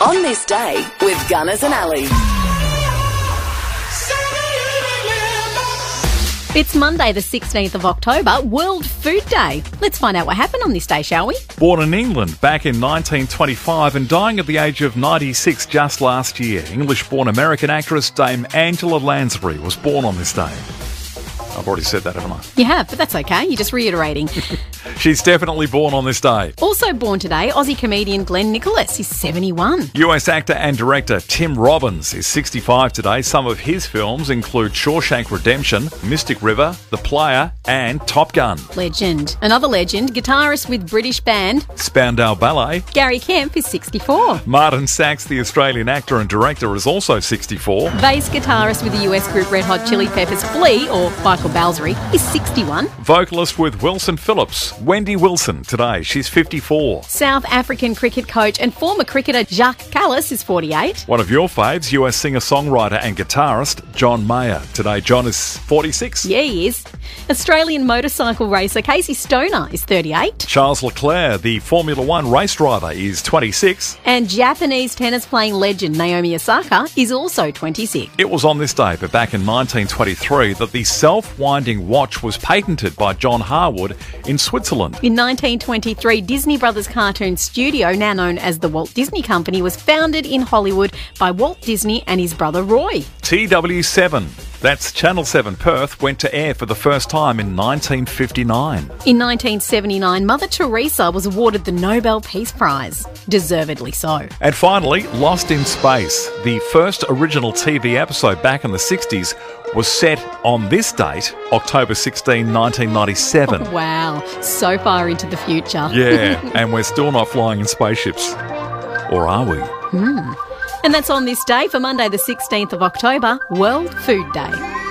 on this day with Gunners and Ali. It's Monday, the 16th of October, World Food Day. Let's find out what happened on this day, shall we? Born in England back in 1925 and dying at the age of 96 just last year, English born American actress Dame Angela Lansbury was born on this day. I've already said that, haven't I? You have, but that's okay. You're just reiterating. She's definitely born on this day. also born today, Aussie comedian Glenn Nicholas. He's 71. US actor and director Tim Robbins is 65 today. Some of his films include Shawshank Redemption, Mystic River, The Player, and Top Gun. Legend. Another legend, guitarist with British band Spandau Ballet. Gary Kemp is 64. Martin Sachs, the Australian actor and director, is also 64. Bass guitarist with the US group Red Hot Chili Peppers Flea, or Michael Balsary, is 61. Vocalist with Wilson Phillips, Wendy Wilson, today. She's 54. South African cricket coach and former cricketer Jacques Callis is 48. One of your faves, US singer songwriter and guitarist John Mayer. Today, John is 46. Yeah, he is. Australian motorcycle racer Casey Stoner is 38. Charles Leclerc, the Formula One race driver, is 26. And Japanese tennis playing legend Naomi Osaka is also 26. It was on this day, but back in 1923, that the self winding watch was patented by John Harwood in Switzerland. In 1923, Disney Brothers Cartoon Studio, now known as the Walt Disney Company, was founded in Hollywood by Walt Disney and his brother Roy. TW7, that's Channel 7 Perth, went to air for the first time in 1959. In 1979, Mother Teresa was awarded the Nobel Peace Prize, deservedly so. And finally, Lost in Space, the first original TV episode back in the 60s, was set on this date, October 16, 1997. Wow, so far into the future. Yeah, and we're still not flying in spaceships. Or are we? And that's on this day for Monday, the 16th of October, World Food Day.